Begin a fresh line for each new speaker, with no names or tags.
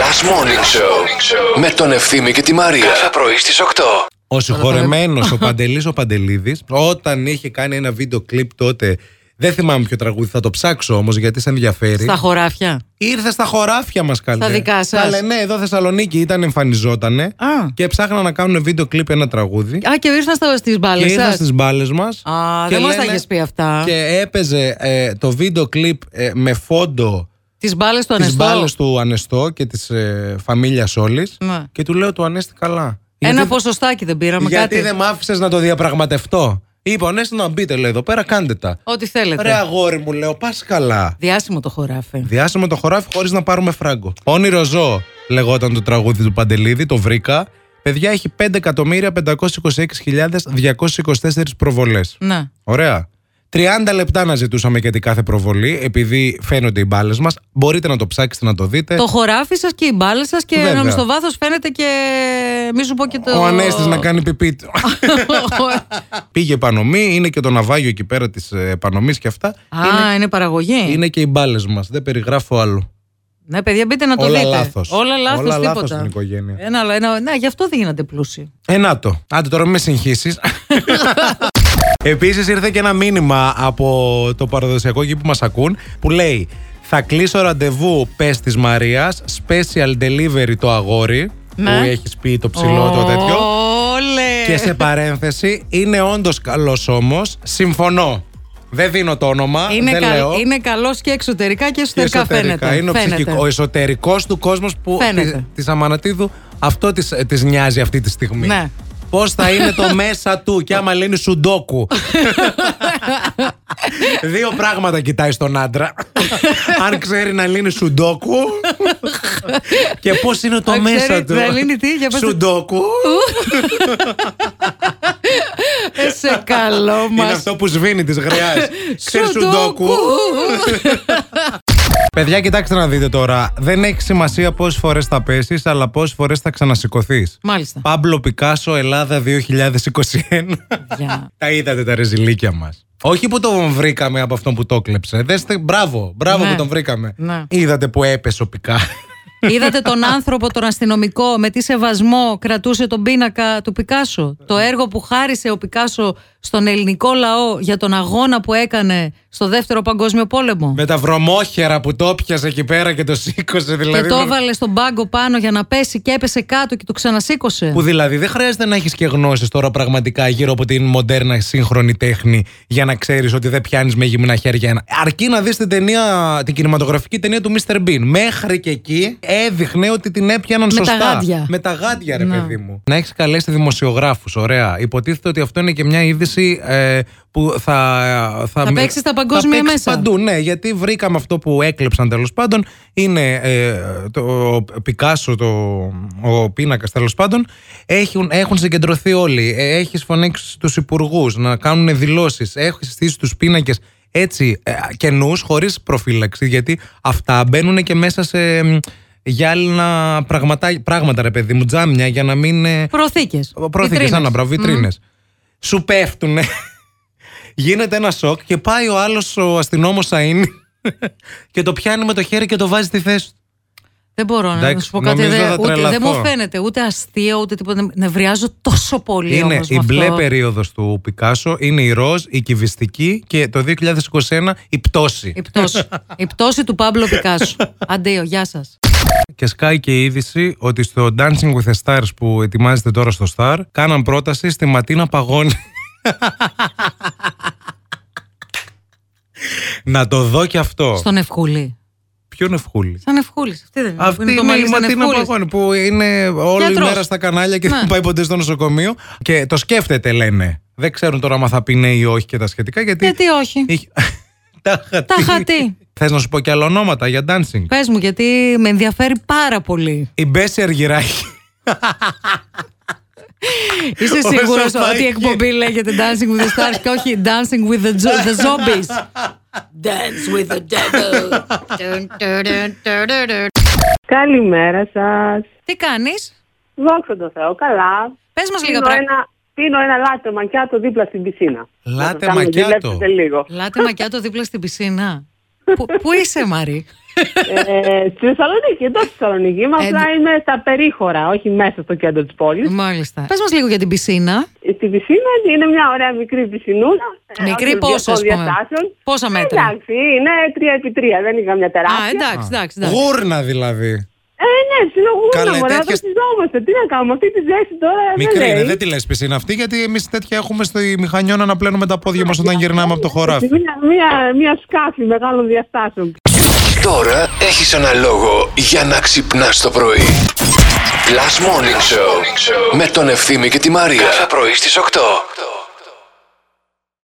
Last Morning Show με τον Ευθύμη και τη Μαρία. Κάθε πρωί στις 8.
Ο συγχωρεμένο, ο Παντελής ο Παντελίδης, όταν είχε κάνει ένα βίντεο κλιπ τότε. Δεν θυμάμαι ποιο τραγούδι, θα το ψάξω όμως γιατί σε ενδιαφέρει.
Στα χωράφια.
Ήρθε στα χωράφια μας καλέ.
Στα δικά σας.
Καλέ, ναι, εδώ Θεσσαλονίκη ήταν, εμφανιζότανε.
Α.
Και ψάχναν να κάνουν βίντεο κλιπ ένα τραγούδι.
Α, και ήρθαν στα- στις
και
μπάλες
ήρθαν
σας.
στις μπάλες μας.
Α, δεν μας τα έχεις πει αυτά.
Και έπαιζε ε, το βίντεο κλιπ ε, με φόντο
Τις μπάλες του
τις
Ανεστό.
μπάλες του Ανεστό και της ε, φαμίλιας όλης.
Ναι.
Και του λέω του Ανέστη καλά.
Ένα
Γιατί-
ποσοστάκι δεν πήραμε
Γιατί
κάτι.
δεν μ' άφησες να το διαπραγματευτώ. Είπα, ναι, να μπείτε, λέει εδώ πέρα, κάντε τα.
Ό,τι θέλετε.
Ρε αγόρι μου, λέω, πας καλά.
Διάσημο το χωράφι.
Διάσημο το χωράφι χωρίς να πάρουμε φράγκο. Όνειρο ζώο λεγόταν το τραγούδι του Παντελίδη, το βρήκα. Παιδιά έχει 5.526.224 προβολές.
Ναι.
Ωραία. 30 λεπτά να ζητούσαμε για την κάθε προβολή, επειδή φαίνονται οι μπάλες μας. Μπορείτε να το ψάξετε να το δείτε.
Το χωράφι σας και οι μπάλες σας και
Ε. Βέβαια.
νομίζω στο βάθος φαίνεται και. Μη σου πω και το.
Ο Ανέστης να κάνει πιπί του. Πήγε Πανομή, είναι και το ναυάγιο εκεί πέρα της Πανομή και αυτά.
Α, είναι, παραγωγή.
Είναι και οι μπάλες μας. Δεν περιγράφω άλλο.
Ναι, παιδιά, μπείτε να το
Όλα
δείτε.
λάθος.
Όλα λάθος.
Όλα λάθος
τίποτα.
στην οικογένεια.
Ένα, άλλο, ένα, ναι, γι' αυτό δεν γίνατε πλούσιοι.
Ε, να το. Άντε τώρα με συγχύσεις. Επίσης ήρθε και ένα μήνυμα από το παραδοσιακό εκεί που μας ακούν που λέει Θα κλείσω ραντεβού πες της Μαρίας, special delivery το αγόρι.
Ναι. Ε.
Που έχεις πει το ψηλό το τέτοιο.
Όλε.
Και σε παρένθεση, είναι όντως καλός όμως. Συμφωνώ. Δεν δίνω το όνομα.
Είναι,
δεν
καλ,
λέω.
είναι καλός και εξωτερικά και
Και
εσωτερικά, φαίνεται.
Είναι ο,
Φαίνεται.
ψυχικό, ο εσωτερικός του κόσμος που
Φαίνεται.
τη Αμανατίδου αυτό της, ε, της νοιάζει αυτή τη στιγμή.
Ναι.
Πώς θα είναι το μέσα του και άμα λύνει σουντόκου. Δύο πράγματα κοιτάει στον άντρα. Αν ξέρει να λύνει σουντόκου. και πώς είναι το
Αν ξέρει
μέσα του.
να λύνει τι, για πες το.
Σουντόκου.
Ε, σε καλό
Είναι
μας.
αυτό που σβήνει τη γριάς. Ξέρεις
Σουντόκου.
σουντόκου. Παιδιά, κοιτάξτε να δείτε τώρα. Δεν έχει σημασία πόσες φορές θα πέσεις, αλλά πόσες φορές θα ξανασηκωθείς.
Μάλιστα.
Παύλο Πικάσο, Ελλάδα 2021.
Γεια.
τα είδατε τα ρεζιλίκια μας. Όχι που τον βρήκαμε από αυτόν που το κλέψε. Δέστε, μπράβο, μπράβο
Ναι.
που τον βρήκαμε.
Ναι.
Είδατε που έπεσε ο Πικά.
Είδατε τον άνθρωπο, τον αστυνομικό, με τι σεβασμό κρατούσε τον πίνακα του Πικάσο. Το έργο που χάρισε ο Πικάσο στον ελληνικό λαό για τον αγώνα που έκανε στο δεύτερο παγκόσμιο πόλεμο.
Με τα βρωμόχερα που το πιασε εκεί πέρα και το σήκωσε. Δηλαδή,
και το έβαλε στον πάγκο πάνω για να πέσει και έπεσε κάτω και το ξανασήκωσε.
Που δηλαδή δεν χρειάζεται να έχεις και γνώσεις τώρα πραγματικά γύρω από την μοντέρνα σύγχρονη τέχνη για να ξέρεις ότι δεν πιάνεις με γυμνά χέρια. Αρκεί να δεις την ταινία, την κινηματογραφική ταινία του Mr. Bean. Μέχρι και εκεί έδειχνε ότι την έπιαναν
Με τα
σωστά.
γάντια.
Με τα γάντια, ρε
Να.
παιδί μου. Να έχεις καλέσει δημοσιογράφους. Ωραία. Υποτίθεται ότι αυτό είναι και μια είδηση ε, που θα.
Θα παίξεις στα παγκόσμια
θα παίξεις
μέσα.
Παντού, ναι, γιατί βρήκαμε αυτό που έκλεψαν τέλος πάντων. Είναι ε, το ο Πικάσο, το, ο πίνακας τέλος πάντων. Έχουν, έχουν συγκεντρωθεί όλοι. Ε, Έχεις φωνάξει του υπουργούς να κάνουν δηλώσεις. Έχεις στήσει τους πίνακες έτσι ε, καινού, χωρίς προφύλαξη. Γιατί αυτά μπαίνουν και μέσα σε μ, γυάλινα πραγματά, πράγματα, ρε παιδί μου, τζάμια για να μην. ε,
Προωθήκε.
Πρόθηκες Άννα, μπράβο, βιτρίνες. Σου πέφτουνε. Γίνεται ένα σοκ και πάει ο άλλος ο αστυνόμος Σαΐνη και το πιάνει με το χέρι και το βάζει στη θέση του.
Δεν μπορώ να
Εντάξει,
σου πω κάτι.
νομίζω
δεν-
θα
ούτε, δεν
τρελαθώ.
μου φαίνεται ούτε αστείο ούτε τίποτα. Νευριάζω τόσο πολύ.
Είναι
όμως με
η μπλε
αυτό.
περίοδος του Πικάσο, είναι η ροζ, η κυβιστική και το 2021 η πτώση.
Η πτώση. η πτώση του Πάμπλο Πικάσου. Αντίο, γεια σας.
Και σκάει και η είδηση ότι στο Dancing with the Stars που ετοιμάζεται τώρα στο Star, κάναν πρόταση στη Ματίνα Παγώνη. Να το δω και αυτό.
Στον Ευχούλη.
Ποιον ευχούλη.
Σαν Ευχούλη. Αυτή δεν είναι.
Αυτή
είναι
είναι,
το
η
μαλλί σαν
Ματίνα
Ευχούλης.
Παγώνη που είναι όλη
Γιατρός.
η μέρα στα κανάλια και δεν
Ναι.
πάει ποτέ στο νοσοκομείο. Και το σκέφτεται, λένε. Δεν ξέρουν τώρα αν θα πει ναι ή όχι και τα σχετικά. Γιατί.
Γιατί όχι.
Είχε- Τα
Τα Ε.
χατή.
χατή.
Θες να σου πω και άλλα ονόματα για dancing.
Πες μου, γιατί με ενδιαφέρει πάρα πολύ.
Η Μπέση Αργυράκη.
Είσαι
Όσο
σίγουρο
πάει
ότι η
και-
εκπομπή λέγεται Dancing with the Stars και όχι Dancing with the, zo- the Zombies.
Dance with the devil.
Καλημέρα σας.
Τι κάνεις,
Δόξα τω Θεώ, καλά.
πες μας
Πίνω
λίγα πράγματα.
ένα, πίνω ένα λάτε μακιάτο δίπλα στην πισίνα. Να
Λάτε
σας κάνω
μακιάτο.
ζηλέψετε λίγο.
Λάτε μακιάτο δίπλα στην πισίνα. Πού- Πού είσαι, Μαρή.
ε, στη Θεσσαλονίκη, εντός Θεσσαλονίκη. Είμαι,
Ε,
απλά είμαι στα περίχωρα, όχι μέσα στο κέντρο της πόλης.
Μάλιστα. Ε, Πες μας λίγο για την πισίνα.
Στην πισίνα είναι μια ωραία μικρή πισινούλα. ε,
Μικρή
όχι
πόσο, ας
διακών
πούμε.
διαστάσεων.
Πόσα μέτρα.
Εντάξει, είναι 3x3, δεν είναι καμιά τεράστια.
Α, εντάξει, εντάξει. εντάξει.
Γούρνα δηλαδή.
Ε, ναι,
Καλέ,
συνογούνα μωρέ,
τέτοιες-
τέτοιες... τι να κάνουμε, αυτή τη ζέση τώρα
Μικρή
δεν
είναι,
λέει.
δεν τη λες πισίνα αυτή, γιατί εμείς τέτοια έχουμε στη μηχανιώνα να πλένουμε τα πόδια μας όταν γυρνάμε από το χωράφι.
Μια, μια, μια σκάφη μεγάλων διαστάσεων.
Τώρα έχεις ένα λόγο για να ξυπνάς το πρωί. Last Morning Show με τον Ευθύμη και τη Μαρία. Κάθε πρωί στις 8.